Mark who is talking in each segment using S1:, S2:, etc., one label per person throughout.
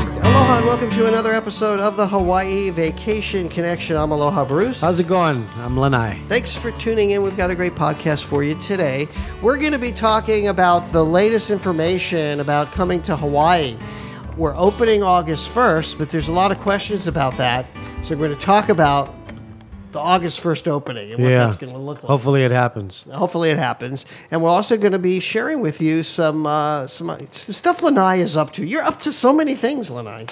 S1: and welcome to another episode of the Hawaii Vacation Connection. I'm Aloha Bruce.
S2: How's it going? I'm Lanai.
S1: Thanks for tuning in. We've got a great podcast for you today. We're going to be talking about the latest information about coming to Hawaii. We're opening August 1st, but there's a lot of questions about that. So we're going to talk about the August 1st opening and what
S2: Yeah.
S1: that's going to look like.
S2: Hopefully it happens.
S1: Hopefully it happens, and we're also going to be sharing with you some uh, some, some stuff Lanai is up to. You're up to so many things, Lanai.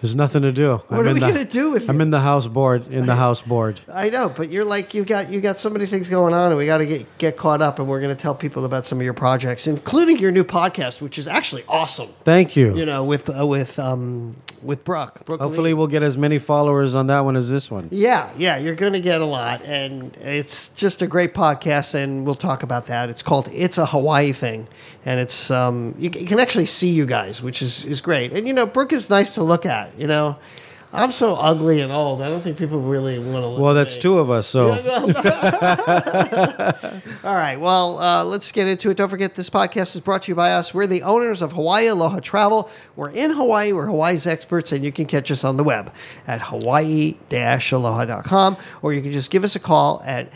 S2: There's nothing to do. What
S1: are we gonna do with
S2: I'm
S1: you?
S2: in the house board. In the house board.
S1: I know, but you're like you got you got so many things going on, and we got to get get caught up. And we're going to tell people about some of your projects, including your new podcast, which is actually awesome.
S2: Thank you.
S1: You know, with uh, with um with Brooke. Brooke Lee.
S2: Hopefully we'll get as many followers on that one as this one.
S1: Yeah, yeah, you're going to get a lot, and it's just a great podcast, and we'll talk about that. It's called "It's a Hawaii Thing," and it's um, you, c- you can actually see you guys, which is is great. And you know, Brooke is nice to look at. You know, I'm so ugly and old. I don't think people really want to look.
S2: Well,
S1: at
S2: that's
S1: me.
S2: two of us, so
S1: All right. Well, uh, let's get into it. Don't forget, this podcast is brought to you by us. We're the owners of Hawaii Aloha Travel. We're in Hawaii. We're Hawaii's experts, and you can catch us on the web at hawaii-aloha.com, or you can just give us a call at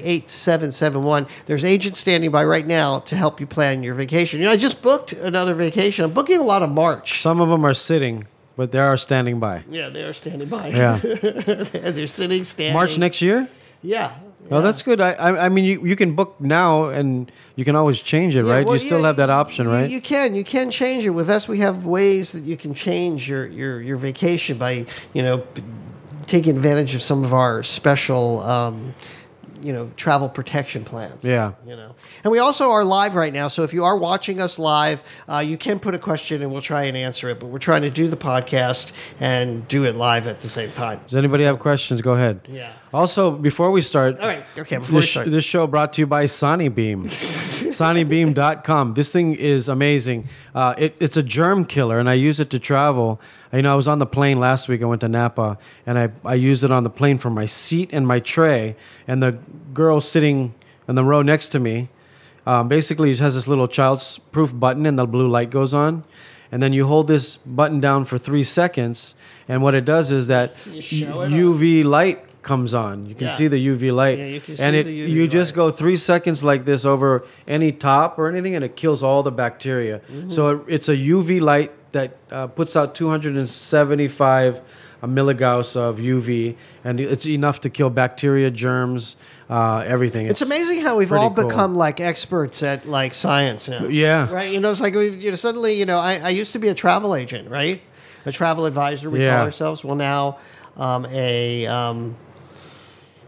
S1: 800-843-8771. There's agents standing by right now to help you plan your vacation. You know, I just booked another vacation. I'm booking a lot of March.
S2: some of them are sitting, but they are standing by.
S1: Yeah, they are standing by.
S2: Yeah.
S1: They're sitting, standing.
S2: March next year?
S1: Yeah.
S2: Oh, that's good. I, I, I mean, you, you can book now, and you can always change it,
S1: Yeah,
S2: right?
S1: well,
S2: you still
S1: yeah,
S2: have that option,
S1: you-
S2: right?
S1: You can, you can change it. With us, we have ways that you can change your your your vacation by you know p- taking advantage of some of our special. Um, you know, travel protection plans.
S2: Yeah.
S1: You know, and we also are live right now. So if you are watching us live, uh, you can put a question and we'll try and answer it. But we're trying to do the podcast and do it live at the same time.
S2: Does anybody have questions? Go ahead.
S1: Yeah.
S2: Also, before we start,
S1: All right. Okay. Before
S2: this,
S1: we
S2: sh-
S1: start,
S2: this show brought to you by Sonny Beam. SonnyBeam.com. This thing is amazing. Uh, it, it's a germ killer, and I use it to travel. You know, I was on the plane last week. I went to Napa, and I, I used it on the plane for my seat and my tray. And the girl sitting in the row next to me um, basically it has this little child's proof button, and the blue light goes on. And then you hold this button down for three seconds, and what it does is that
S1: you show it
S2: UV light comes on. You can
S1: Yeah.
S2: see the UV light,
S1: Yeah, you can
S2: and
S1: see
S2: it
S1: the UV
S2: you just
S1: light.
S2: go three seconds like this over any top or anything, and it kills all the bacteria.
S1: Mm-hmm.
S2: So it, it's a UV light that uh, puts out 275 milligauss of UV, and it's enough to kill bacteria, germs, uh, everything.
S1: It's amazing how we've
S2: pretty
S1: all
S2: cool.
S1: become like experts at like science now.
S2: Yeah.
S1: Right. You know, it's like we you know, suddenly, you know, I, I used to be a travel agent, right? A travel advisor, we
S2: Yeah.
S1: call ourselves. Well, now um, a, um,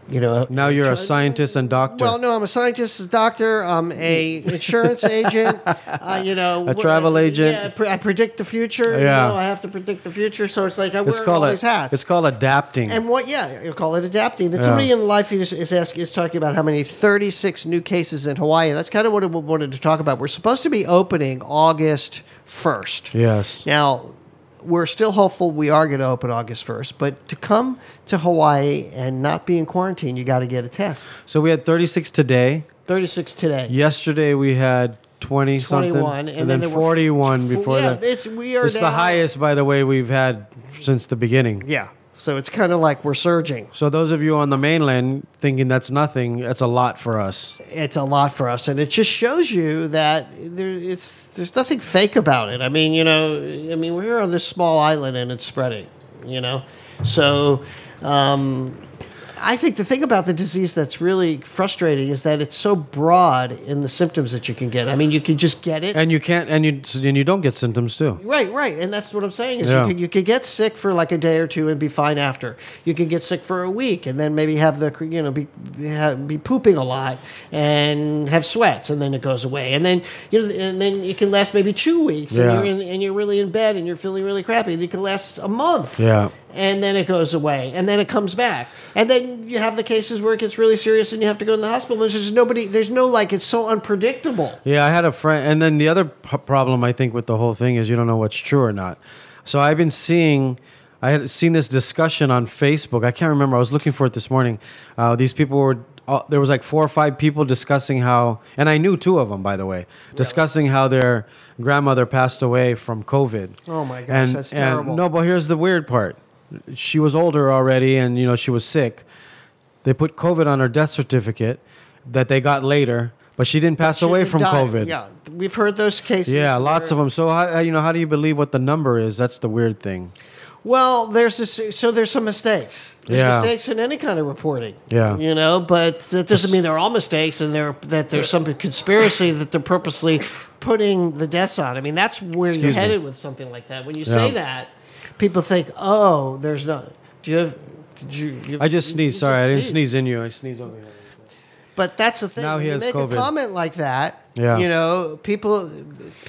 S1: you know,
S2: Now you're a scientist and doctor.
S1: well, no, I'm a scientist, a doctor, I'm a insurance agent, uh, you know,
S2: A travel agent.
S1: Yeah, I, pre- I predict the future.
S2: Yeah.
S1: You know, I have to predict the future. So it's like I
S2: it's
S1: wear
S2: called
S1: all
S2: a,
S1: these hats.
S2: It's called adapting.
S1: And what? Yeah, you call it adapting. And
S2: Yeah.
S1: somebody in life is is, ask, is talking about how many 36 new cases in Hawaii. And that's kind of what I wanted to talk about. We're supposed to be opening August 1st.
S2: yes.
S1: Now, we're still hopeful we are going to open August 1st. But to come to Hawaii and not be in quarantine, you got to get a test.
S2: So we had 36 today.
S1: 36 today.
S2: Yesterday we had 20 something,
S1: 21,
S2: and,
S1: and then
S2: then,
S1: there were f-
S2: 41 before
S1: yeah,
S2: that.
S1: it's- we are
S2: It's the
S1: now-
S2: highest, by the way, we've had since the beginning.
S1: Yeah. So it's kind of like we're surging.
S2: So those of you on the mainland thinking that's nothing, that's a lot for us.
S1: it's a lot for us, and it just shows you that there, it's there's nothing fake about it. I mean, you know, I mean, we're here on this small island, and it's spreading. You know, so um, I think the thing about the disease that's really frustrating is that it's so broad in the symptoms that you can get. I mean, you can just get it.
S2: And you can't, and you and you don't get symptoms too.
S1: Right, right, and that's what I'm saying is
S2: Yeah.
S1: you, can, you can get sick for like a day or two and be fine after. You can get sick for a week and then maybe have the you know be have, be pooping a lot and have sweats and then it goes away and then you know and then it can last maybe two weeks and,
S2: Yeah.
S1: you're in, and you're really in bed and you're feeling really crappy. It can last a month
S2: Yeah.
S1: and then it goes away and then it comes back and then you have the cases where it gets really serious and you have to go in the hospital. There's just nobody. There's no like it's so unpredictable.
S2: Yeah, I had a friend, and then the other p- problem I think with the whole thing is you don't know what's true or not. So I've been seeing, I had seen this discussion on Facebook. I can't remember. I was looking for it this morning. Uh, these people were all, there was like four or five people discussing how, and I knew two of them by the way, discussing how their grandmother passed away from COVID.
S1: Oh my gosh,
S2: And-
S1: that's
S2: and-
S1: terrible.
S2: no, but here's the weird part: she was older already, and you know she was sick. They put COVID on her death certificate that they got later, but she didn't pass away
S1: Shouldn't
S2: from
S1: die.
S2: COVID.
S1: Yeah, we've heard those cases.
S2: Yeah,
S1: where-
S2: lots of them. So how how- you know how do you believe what the number is? That's the weird thing.
S1: Well, there's this, so there's some mistakes. There's
S2: Yeah.
S1: mistakes in any kind of reporting.
S2: Yeah.
S1: you know, but that doesn't mean they're all mistakes, and there that there's some conspiracy that they're purposely putting the deaths on. I mean, that's where
S2: Excuse me.
S1: you're headed with something like that. When you say
S2: Yeah.
S1: that, people think, "Oh, there's no." Do you? Have, did you, you-
S2: I just
S1: you
S2: sneezed. Sorry, I didn't
S1: sneezed.
S2: sneeze in you. I sneezed over here.
S1: But that's the thing.
S2: Now
S1: when
S2: he
S1: you
S2: has
S1: make
S2: COVID.
S1: a comment like that,
S2: Yeah.
S1: you know, people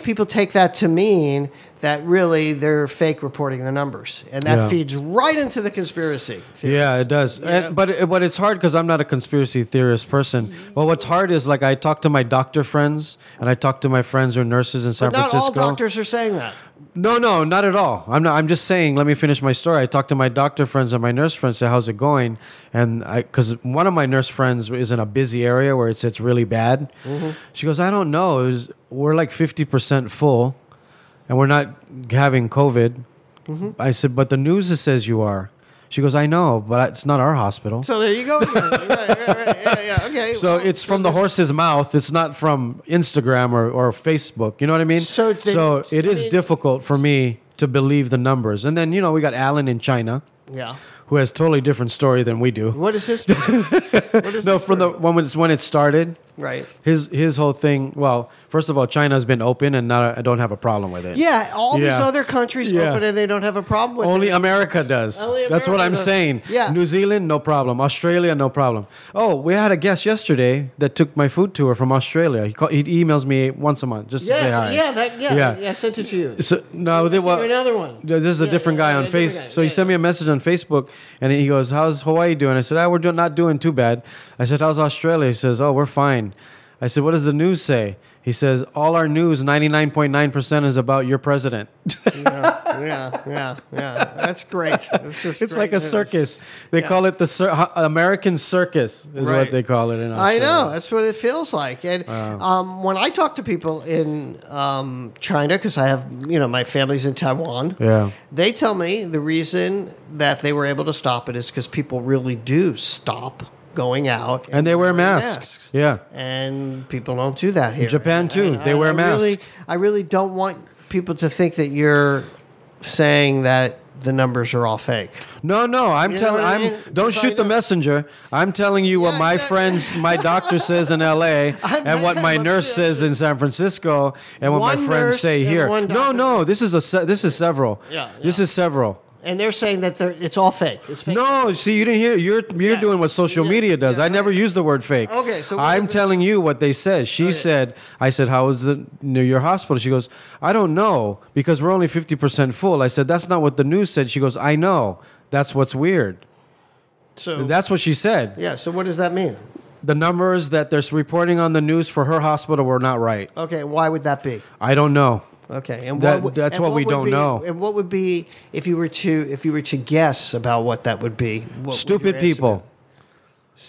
S1: people take that to mean that really they're fake reporting the numbers, and that
S2: Yeah.
S1: feeds right into the conspiracy. theories.
S2: Yeah, it does. And, but it, but it's hard because I'm not a conspiracy theorist person. But what's hard is like I talk to my doctor friends and I talk to my friends who are nurses in San
S1: Not all
S2: Francisco.
S1: doctors are saying that.
S2: No, no, not at all. I'm not. I'm just saying. Let me finish my story. I talked to my doctor friends and my nurse friends. Say, how's it going? And I, because one of my nurse friends is in a busy area where it's it's really bad. She goes, I don't know. It was, we're like fifty percent full, and we're not having COVID. I said, but the news says you are. She goes, I know, but it's not our hospital.
S1: So there you go. again. right, right, right, yeah, yeah, okay.
S2: So
S1: well,
S2: it's from the
S1: Oh, there's-
S2: horse's mouth. It's not from Instagram or, or Facebook. You know what I mean?
S1: So then-
S2: so it is
S1: I mean-
S2: difficult for me to believe the numbers. And then, you know, we got Alan in China
S1: Yeah.
S2: who has totally different story than we do.
S1: What is history? what is
S2: No, from the when it's when it started,
S1: right.
S2: his his whole thing, well, first of all, China's been open and not I don't have a problem with it.
S1: Yeah, all these
S2: Yeah.
S1: other countries
S2: Yeah.
S1: open and they don't have a problem with
S2: Only
S1: it.
S2: America does.
S1: Only
S2: That's what
S1: America
S2: I'm
S1: does.
S2: saying.
S1: Yeah.
S2: New Zealand, no problem. Australia, no problem. Oh, we had a guest yesterday that took my food tour from Australia. He, call, he emails me once a month just to say hi.
S1: Yes, yeah, that, yeah,
S2: Yeah.
S1: yeah, I sent it to you.
S2: So, no, they,
S1: Send
S2: well,
S1: me another one.
S2: This is a
S1: Yeah,
S2: different
S1: yeah,
S2: guy
S1: yeah,
S2: on
S1: different
S2: Face.
S1: guy.
S2: So he
S1: Yeah,
S2: sent me a message on Facebook, and he goes, "How's Hawaii doing?" I said, "Ah, we're do- not doing too bad." I said, "How's Australia?" He says, "Oh, we're fine." I said, "What does the news say?" He says, "All our news, ninety nine point nine percent, is about your president."
S1: yeah, yeah, yeah. That's great. It's, just
S2: It's
S1: great
S2: like a
S1: news.
S2: circus. They
S1: Yeah.
S2: call it the cir- ho- American circus, is what
S1: Right.
S2: they call it. In
S1: I
S2: Australia.
S1: know that's what it feels like, and um, when I talk to people in um, China, because I have you know my family's in Taiwan,
S2: Yeah.
S1: they tell me the reason that they were able to stop it is because people really do stop going out
S2: And they wear
S1: wearing
S2: masks. Yeah.
S1: and people don't do that here.
S2: Japan,
S1: And-
S2: too.
S1: and
S2: They
S1: I-
S2: wear
S1: I really-
S2: masks.
S1: I really don't want people to think that you're saying that the numbers are all fake.
S2: No, no, I'm
S1: You know
S2: telling.
S1: what I
S2: I'm
S1: mean?
S2: don't
S1: That's all
S2: shoot
S1: I
S2: the
S1: know.
S2: messenger. I'm telling you what
S1: Yeah,
S2: my
S1: yeah.
S2: friends, my doctor says in L.A.
S1: I'm
S2: and what
S1: not-
S2: my
S1: I'm
S2: nurse
S1: just-
S2: says in San Francisco and what my
S1: One
S2: friends
S1: nurse
S2: say
S1: and
S2: here.
S1: one
S2: No,
S1: doctor.
S2: no, this is a se- this is several.
S1: Yeah,
S2: this
S1: yeah.
S2: is several.
S1: And they're saying that they're, it's all fake. It's fake.
S2: No, see, you didn't hear. You're you're
S1: Yeah.
S2: doing what social
S1: Yeah,
S2: media does.
S1: yeah,
S2: I never use the word fake.
S1: Okay, so what
S2: I'm
S1: is it?
S2: telling you what they said. She said, I said, how is the New York hospital? She goes, I don't know because we're only fifty percent full. I said, that's not what the news said. She goes, I know. That's what's weird.
S1: So
S2: That's what she said.
S1: yeah. So what does that mean?
S2: The numbers that they're reporting on the news for her hospital were not right.
S1: Okay, and why would that be?
S2: I don't know.
S1: Okay, and
S2: That-
S1: what, would-
S2: that's
S1: and
S2: what we
S1: would
S2: don't
S1: be-
S2: know.
S1: And what would be if you were to if you were to guess about what that would be? what would
S2: Stupid
S1: your
S2: people.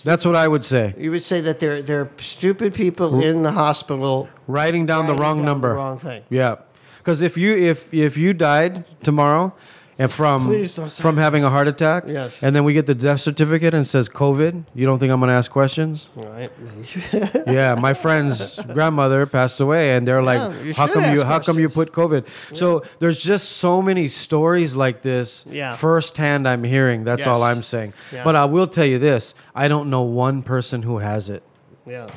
S2: That's what I would say.
S1: estimate- You would say that they're they're stupid people in the hospital.
S2: Writing down
S1: writing
S2: the wrong
S1: down
S2: number.
S1: wrong thing.
S2: Yeah. Because if you if if you died tomorrow and from
S1: Please don't say
S2: from
S1: that.
S2: having a heart attack,
S1: Yes.
S2: and then we get the death certificate and it says COVID, you don't think I'm gonna ask questions?
S1: All right.
S2: yeah, my friend's grandmother passed away, and they're like,
S1: you
S2: "How
S1: should
S2: come you?
S1: ask
S2: How come you
S1: questions.
S2: put COVID?" So there's just so many stories like this
S1: Yeah.
S2: firsthand. I'm hearing. That's all
S1: Yes.
S2: I'm saying.
S1: Yeah.
S2: But I will tell you this: I don't know one person who has it.
S1: yeah.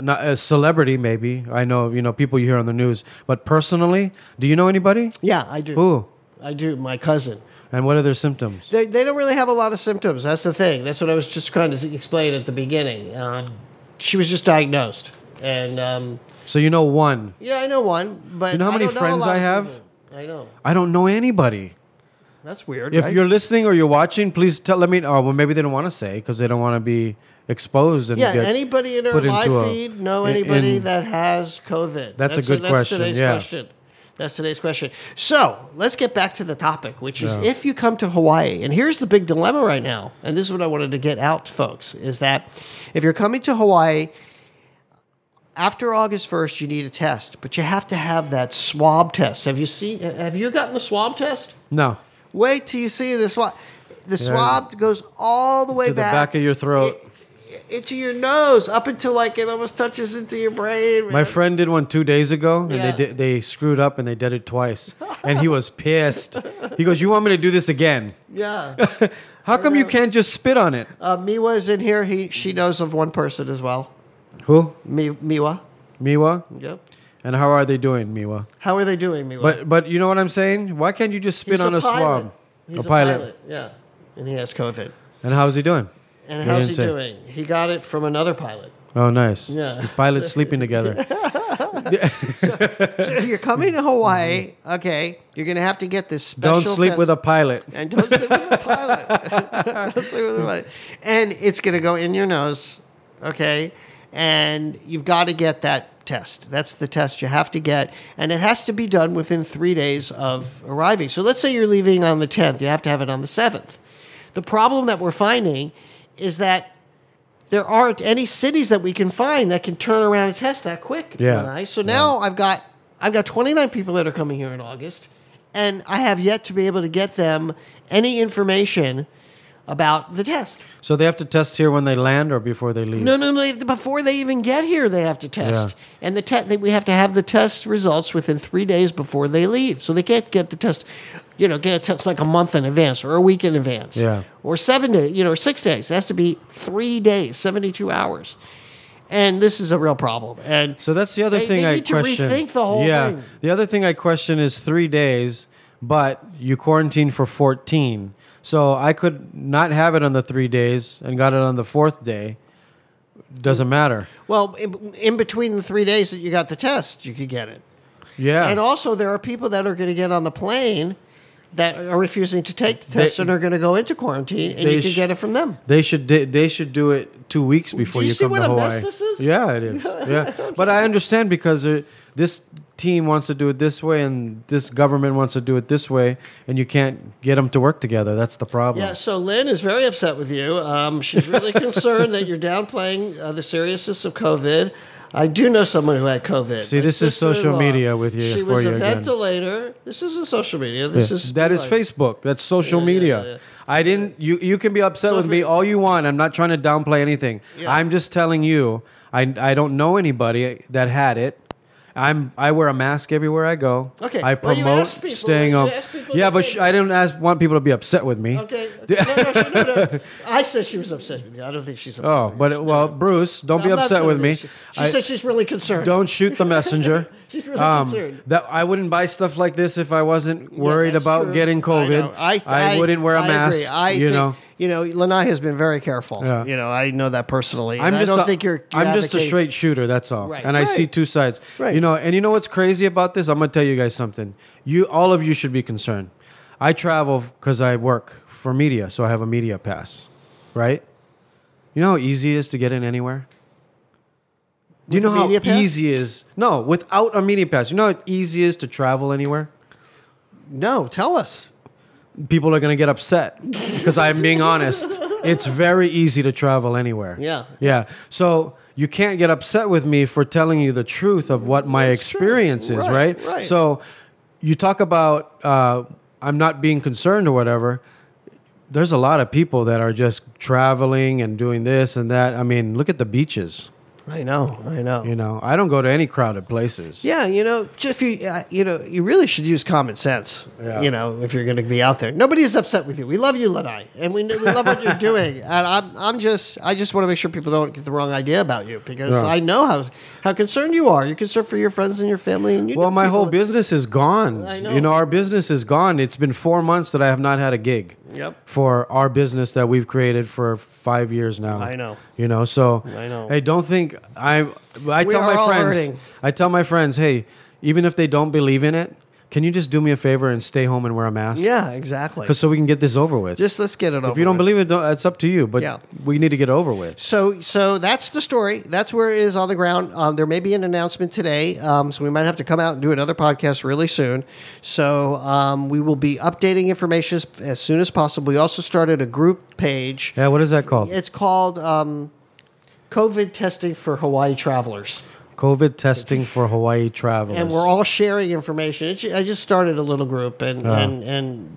S2: Not a celebrity, maybe. I know you know people you hear on the news, but personally, do you know anybody?
S1: Yeah, I do.
S2: Who?
S1: I do. My cousin.
S2: And what are their symptoms?
S1: They, they don't really have a lot of symptoms. That's the thing. That's what I was just trying to s- explain at the beginning. Um, she was just diagnosed, and um,
S2: So you know one.
S1: yeah, I know one. But
S2: You know how
S1: I
S2: many
S1: don't know a
S2: friends
S1: lot
S2: I
S1: of
S2: have?
S1: people. I know.
S2: I don't know anybody.
S1: That's weird.
S2: If
S1: right?
S2: you're listening or you're watching, please tell. Let me. Oh, well, maybe they don't want to say because they don't want to be exposed. And
S1: Yeah,
S2: get-
S1: anybody in our
S2: put
S1: live
S2: into a-
S1: feed know
S2: in-
S1: anybody
S2: in-
S1: that has COVID?
S2: That's a good
S1: that's
S2: question,
S1: Today's
S2: yeah.
S1: question. That's today's question. So let's get back to the topic, which is if you come to Hawaii, and here's the big dilemma right now, and this is what I wanted to get out, folks, is that if you're coming to Hawaii, after August 1st, you need a test, but you have to have that swab test. Have you seen, have you gotten the swab test?
S2: No.
S1: Wait till you see the swab. The swab goes all the way
S2: To the
S1: back,
S2: back of your throat.
S1: i- into your nose, up until like it almost touches into your brain.
S2: My
S1: man.
S2: friend did one two days ago, and
S1: Yeah.
S2: they did, they screwed up and they did it twice, and he was pissed. He goes, "You want me to do this again?
S1: yeah.
S2: How come you can't just spit on it?"
S1: Uh, Miwa's in here. He she knows of one person as well.
S2: Who?
S1: Mi- Miwa.
S2: Miwa.
S1: Yep.
S2: And how are they doing, Miwa?
S1: How are they doing, Miwa?
S2: But but you know what I'm saying? Why can't you just spit
S1: He's
S2: on a,
S1: pilot.
S2: swab?
S1: He's
S2: a pilot.
S1: Yeah. And he has COVID.
S2: And how's he doing?
S1: And
S2: They
S1: how's he
S2: didn't say.
S1: doing? He got it from another pilot.
S2: Oh, nice.
S1: Yeah.
S2: The pilots sleeping together.
S1: So if you're coming to Hawaii, okay, you're gonna have to get this special.
S2: Don't sleep
S1: test-
S2: with a pilot.
S1: and don't sleep with a pilot. Don't sleep with a pilot. And it's going to go in your nose, okay? And you've got to get that test. That's the test you have to get, and it has to be done within three days of arriving. So let's say you're leaving on the 10th, you have to have it on the 7th. The problem that we're finding is that there aren't any cities that we can find that can turn around a test that quick.
S2: Yeah.
S1: Eli. So now I've got I've got 29 people that are coming here in August, and I have yet to be able to get them any information about the test.
S2: So they have to test here when they land or before they leave.
S1: No, no, no. they have to- Before they even get here, they have to test, and the te- they, we have to have the test results within three days before they leave. So they can't get the test, you know, get a test like a month in advance or a week in advance,
S2: Yeah.
S1: or seven days, you know, or six days. It has to be three days, seventy-two hours, and this is a real problem. And
S2: So that's the other
S1: They-
S2: thing
S1: they
S2: I
S1: need to
S2: question.
S1: rethink the whole
S2: yeah.
S1: thing.
S2: The other thing I question is three days, but you quarantine for 14. So I could not have it on the three days and got it on the fourth day. Doesn't matter.
S1: well, in, in between the three days that you got the test, you could get it.
S2: Yeah.
S1: And also, there are people that are going to get on the plane that are refusing to take the test
S2: They-
S1: and are going to go into quarantine, and
S2: They
S1: you can
S2: sh-
S1: get it from them.
S2: They should di- they should do it two weeks before
S1: you
S2: you,
S1: see
S2: come
S1: what
S2: to
S1: a mess
S2: Hawaii.
S1: this is?
S2: Yeah, it is. Yeah, but I understand because uh, this team wants to do it this way, and this government wants to do it this way, and you can't get them to work together. That's the problem.
S1: Yeah, so Lynn is very upset with you. Um, she's really concerned that you're downplaying uh, the seriousness of COVID. I do know someone who had COVID.
S2: See,
S1: My
S2: this is social
S1: sister-in-law.
S2: media with you-
S1: She
S2: for
S1: was
S2: you
S1: a
S2: again.
S1: ventilator. This isn't social media. This is
S2: that is
S1: like-
S2: Facebook. That's social media.
S1: yeah.
S2: I didn't. You you can be upset
S1: So
S2: with
S1: if
S2: me
S1: it-
S2: all you want. I'm not trying to downplay anything.
S1: Yeah.
S2: I'm just telling you. I I don't know anybody that had it. I'm I wear a mask everywhere I go.
S1: Okay,
S2: I
S1: well, you
S2: promote
S1: asked people-
S2: staying
S1: you
S2: home.
S1: asked people
S2: Yeah,
S1: to
S2: but
S1: say
S2: sh-
S1: that.
S2: I don't ask, want people to be upset with me.
S1: Okay. okay. No, no, no, no, no. I said she was upset with you. I don't think she's upset.
S2: Oh,
S1: with you.
S2: but well, Bruce, don't
S1: I'm
S2: be
S1: not
S2: upset with me.
S1: She, she
S2: I-
S1: said she's really concerned.
S2: don't shoot the messenger. Um,
S1: She's really concerned.
S2: That I wouldn't buy stuff like this if I wasn't worried
S1: that's
S2: about
S1: true.
S2: getting
S1: I,
S2: COVID.
S1: know. I, I-
S2: wouldn't wear a
S1: I
S2: mask.
S1: Agree. I
S2: you
S1: think,
S2: know.
S1: you know, Lanai has been very careful.
S2: Yeah.
S1: You know, I know that personally.
S2: I'm
S1: and
S2: just
S1: I don't
S2: a,
S1: think you're. you're
S2: I'm just a
S1: advocating-
S2: straight shooter. That's all.
S1: Right.
S2: And I see
S1: Right.
S2: two sides.
S1: Right.
S2: You know, and you know what's crazy about this? I'm gonna tell you guys something. You all of you should be concerned. I travel because I work for media, so I have a media pass, right? You know how easy it is to get in anywhere. Do you
S1: With a
S2: know how
S1: media pass?
S2: easy it is? No, without a media pass, you know how easy it is to travel anywhere.
S1: No, tell us.
S2: People are gonna get upset because I'm being honest. It's very easy to travel anywhere.
S1: Yeah.
S2: Yeah. So you can't get upset with me for telling you the truth of what my
S1: That's true.
S2: experience is,
S1: Right,
S2: right?
S1: right.
S2: So you talk about uh, I'm not being concerned or whatever. There's a lot of people that are just traveling and doing this and that. I mean, look at the beaches.
S1: I know. I know.
S2: You know, I don't go to any crowded places.
S1: Yeah, you know, if you uh, you know, you really should use common sense.
S2: Yeah.
S1: You know, if you're going to be out there, nobody's upset with you. We love you, Lanai, and we, we love what you're doing. And I'm I'm just I just want to make sure people don't get the wrong idea about you because
S2: Yeah.
S1: I know how how concerned you are. You're concerned for your friends and your family, and you
S2: Well,
S1: know
S2: my whole
S1: people-
S2: business is gone.
S1: I know.
S2: You know, our business is gone. It's been four months that I have not had a gig.
S1: Yep.
S2: For our business that we've created for five years now.
S1: I know.
S2: You know, so
S1: I know.
S2: Hey, don't think I. I
S1: We
S2: tell
S1: are
S2: my
S1: all
S2: friends.
S1: hurting.
S2: I tell my friends, hey, even if they don't believe in it, can you just do me a favor and stay home and wear a mask?
S1: Yeah, exactly.
S2: 'Cause so we can get this over with.
S1: Just let's get it over.
S2: if you
S1: with.
S2: don't believe it, don't, it's up to you. But
S1: Yeah.
S2: we need to get over with.
S1: So, so that's the story. That's where it is on the ground. Um, there may be an announcement today, um, so we might have to come out and do another podcast really soon. So, um, we will be updating information as, as soon as possible. We also started a group page.
S2: Yeah, what is that called?
S1: It's called um, COVID testing for Hawaii travelers,
S2: COVID testing for Hawaii travelers.
S1: and we're all sharing information. It, ju- I just started a little group, and and and.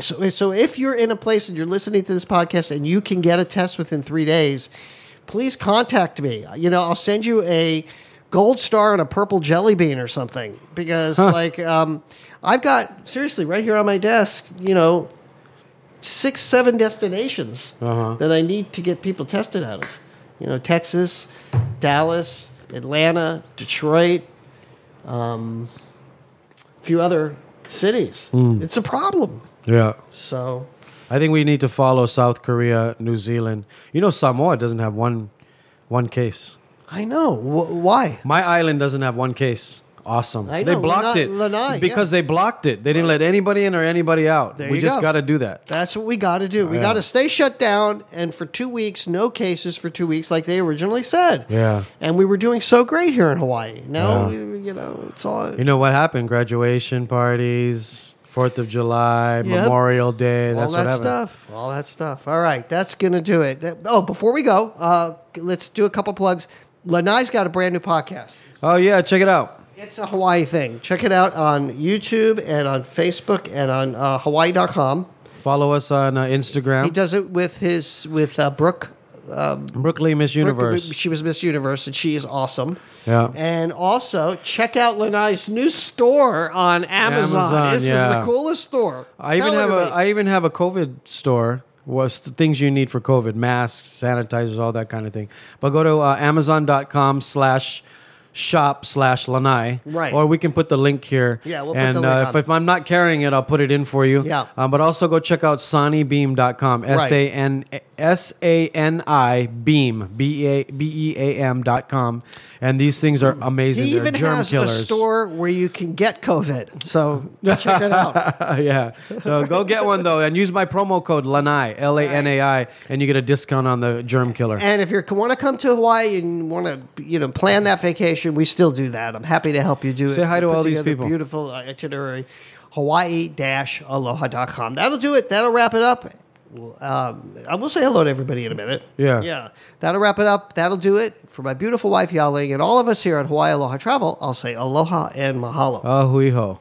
S1: So, so if you're in a place and you're listening to this podcast and you can get a test within three days, please contact me. You know, I'll send you a gold star and a purple jelly bean or something because, like, um, I've got seriously right here on my desk. You know, six, seven destinations that I need to get people tested out of. You know, Texas, Dallas, Atlanta, Detroit, um, a few other cities.
S2: Hmm.
S1: It's a problem.
S2: yeah.
S1: So,
S2: I think we need to follow South Korea, New Zealand. You know, Samoa doesn't have one, one case.
S1: I know. Wh- why?
S2: My island doesn't have one case. Awesome.
S1: I
S2: they
S1: know,
S2: blocked
S1: Lanai-
S2: it
S1: Lanai, yeah.
S2: because they blocked it. They didn't let anybody in or anybody out.
S1: There
S2: we
S1: you
S2: just
S1: go.
S2: got to do that.
S1: That's what we got to do. We
S2: yeah.
S1: got to stay shut down and for two weeks, no cases for two weeks, like they originally said.
S2: Yeah.
S1: And we were doing so great here in Hawaii. Now,
S2: Yeah.
S1: we- you know, it's all.
S2: You know what happened? Graduation parties, Fourth of July,
S1: Yep.
S2: Memorial Day.
S1: all
S2: That's
S1: that
S2: what happened.
S1: stuff. All that stuff. All right, that's gonna do it. That- oh, before we go, uh, let's do a couple plugs. Lanai's got a brand new podcast.
S2: Oh yeah, check it out.
S1: It's a Hawaii thing. Check it out on YouTube and on Facebook and on uh, Hawaii.com.
S2: Follow us on uh,
S1: He
S2: Instagram.
S1: does it with his with uh, Brooke.
S2: Brooklyn Miss
S1: Brooke-
S2: Universe.
S1: She was Miss Universe, and she is awesome.
S2: Yeah.
S1: And also check out Lanai's new store on Amazon.
S2: Amazon,
S1: this is the
S2: yeah.
S1: coolest store.
S2: I even
S1: Tell
S2: have
S1: everybody.
S2: a I even have a COVID store. Was things you need for COVID: masks, sanitizers, all that kind of thing. But go to uh, Amazon.com/slash shop slash lanai
S1: Right.
S2: or we can put the link here
S1: Yeah, we'll put
S2: and
S1: the link
S2: uh,
S1: on
S2: if, if i'm not carrying it i'll put it in for you
S1: Yeah.
S2: um, but also go check out sunnybeam.com s-a-n s-a-n-i beam b-e-a-b-e-a-m E dot com and these things are amazing
S1: He
S2: They're
S1: even
S2: germ
S1: has
S2: killers
S1: a store where you can get COVID. So check it out.
S2: yeah. So go get one though, and use my promo code Lanai L A N A I, and you get a discount on the germ killer.
S1: And if you want to come to Hawaii and want to, you know, plan that vacation, we still do that. I'm happy to help you do it.
S2: Say hi to
S1: Put
S2: all these
S1: together a
S2: people.
S1: Beautiful uh, itinerary. Hawaii-aloha.com. That'll do it. That'll wrap it up. Um, I will say hello to everybody in a minute.
S2: Yeah.
S1: Yeah. That'll wrap it up. That'll do it. For my beautiful wife, Yaling, and all of us here at Hawaii Aloha Travel, I'll say aloha and mahalo.
S2: Ahui ho.